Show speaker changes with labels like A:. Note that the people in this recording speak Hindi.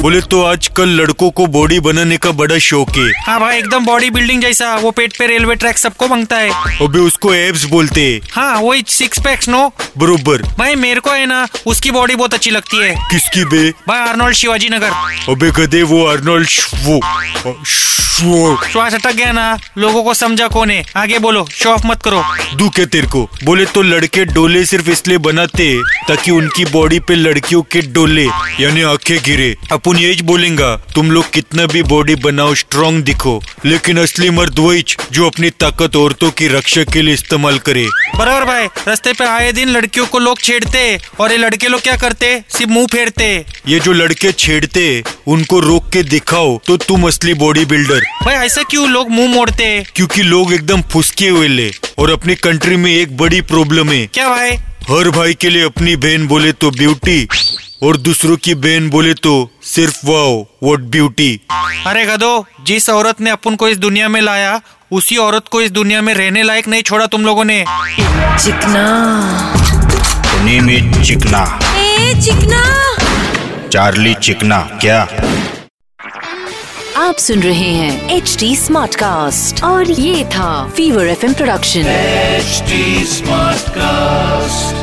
A: बोले तो आजकल लड़कों को बॉडी बनाने का बड़ा शौक है
B: हाँ भाई एकदम बॉडी बिल्डिंग जैसा वो पेट पे रेलवे ट्रैक सबको मांगता है
A: अबे उसको एब्स बोलते हैं
B: हाँ वो सिक्स पैक्स नो
A: बरोबर
B: भाई मेरे को है ना उसकी बॉडी बहुत अच्छी लगती है
A: किसकी बे
B: भाई आर्नोल्ड शिवाजी नगर
A: अबे गधे वो अर्नोल्ड वो शो
B: श्वास अटक गया ना लोगों को समझा कौन है आगे बोलो शो ऑफ मत करो
A: दुख है तेरे को बोले तो लड़के डोले सिर्फ इसलिए बनाते हैं ताकि उनकी बॉडी पे लड़कियों के डोले यानी आंखें गिरे अपन यही बोलेगा तुम लोग कितना भी बॉडी बनाओ स्ट्रांग दिखो लेकिन असली मर्द वही जो अपनी ताकत औरतों की रक्षा के लिए इस्तेमाल करे
B: बराबर भाई रास्ते पे आए दिन लड़कियों को लोग छेड़ते और ये लड़के लोग क्या करते सिर्फ मुंह फेरते
A: ये जो लड़के छेड़ते उनको रोक के दिखाओ तो तुम असली बॉडी बिल्डर
B: भाई ऐसा क्यों लोग मुंह मोड़ते
A: क्योंकि लोग एकदम फुसके हुए ले और अपनी कंट्री में एक बड़ी प्रॉब्लम है
B: क्या भाई
A: हर भाई के लिए अपनी बहन बोले तो ब्यूटी और दूसरों की बहन बोले तो सिर्फ वाओ व्हाट ब्यूटी
B: अरे गधो जिस औरत ने अपन को इस दुनिया में लाया उसी औरत को इस दुनिया में रहने लायक नहीं छोड़ा तुम लोगों ने
C: चिकना
D: द नेम इज चिकना
C: ए चिकना
D: चार्ली चिकना क्या
C: आप सुन रहे हैं एच डी स्मार्ट कास्ट और ये था fever F production
E: HD Smartcast.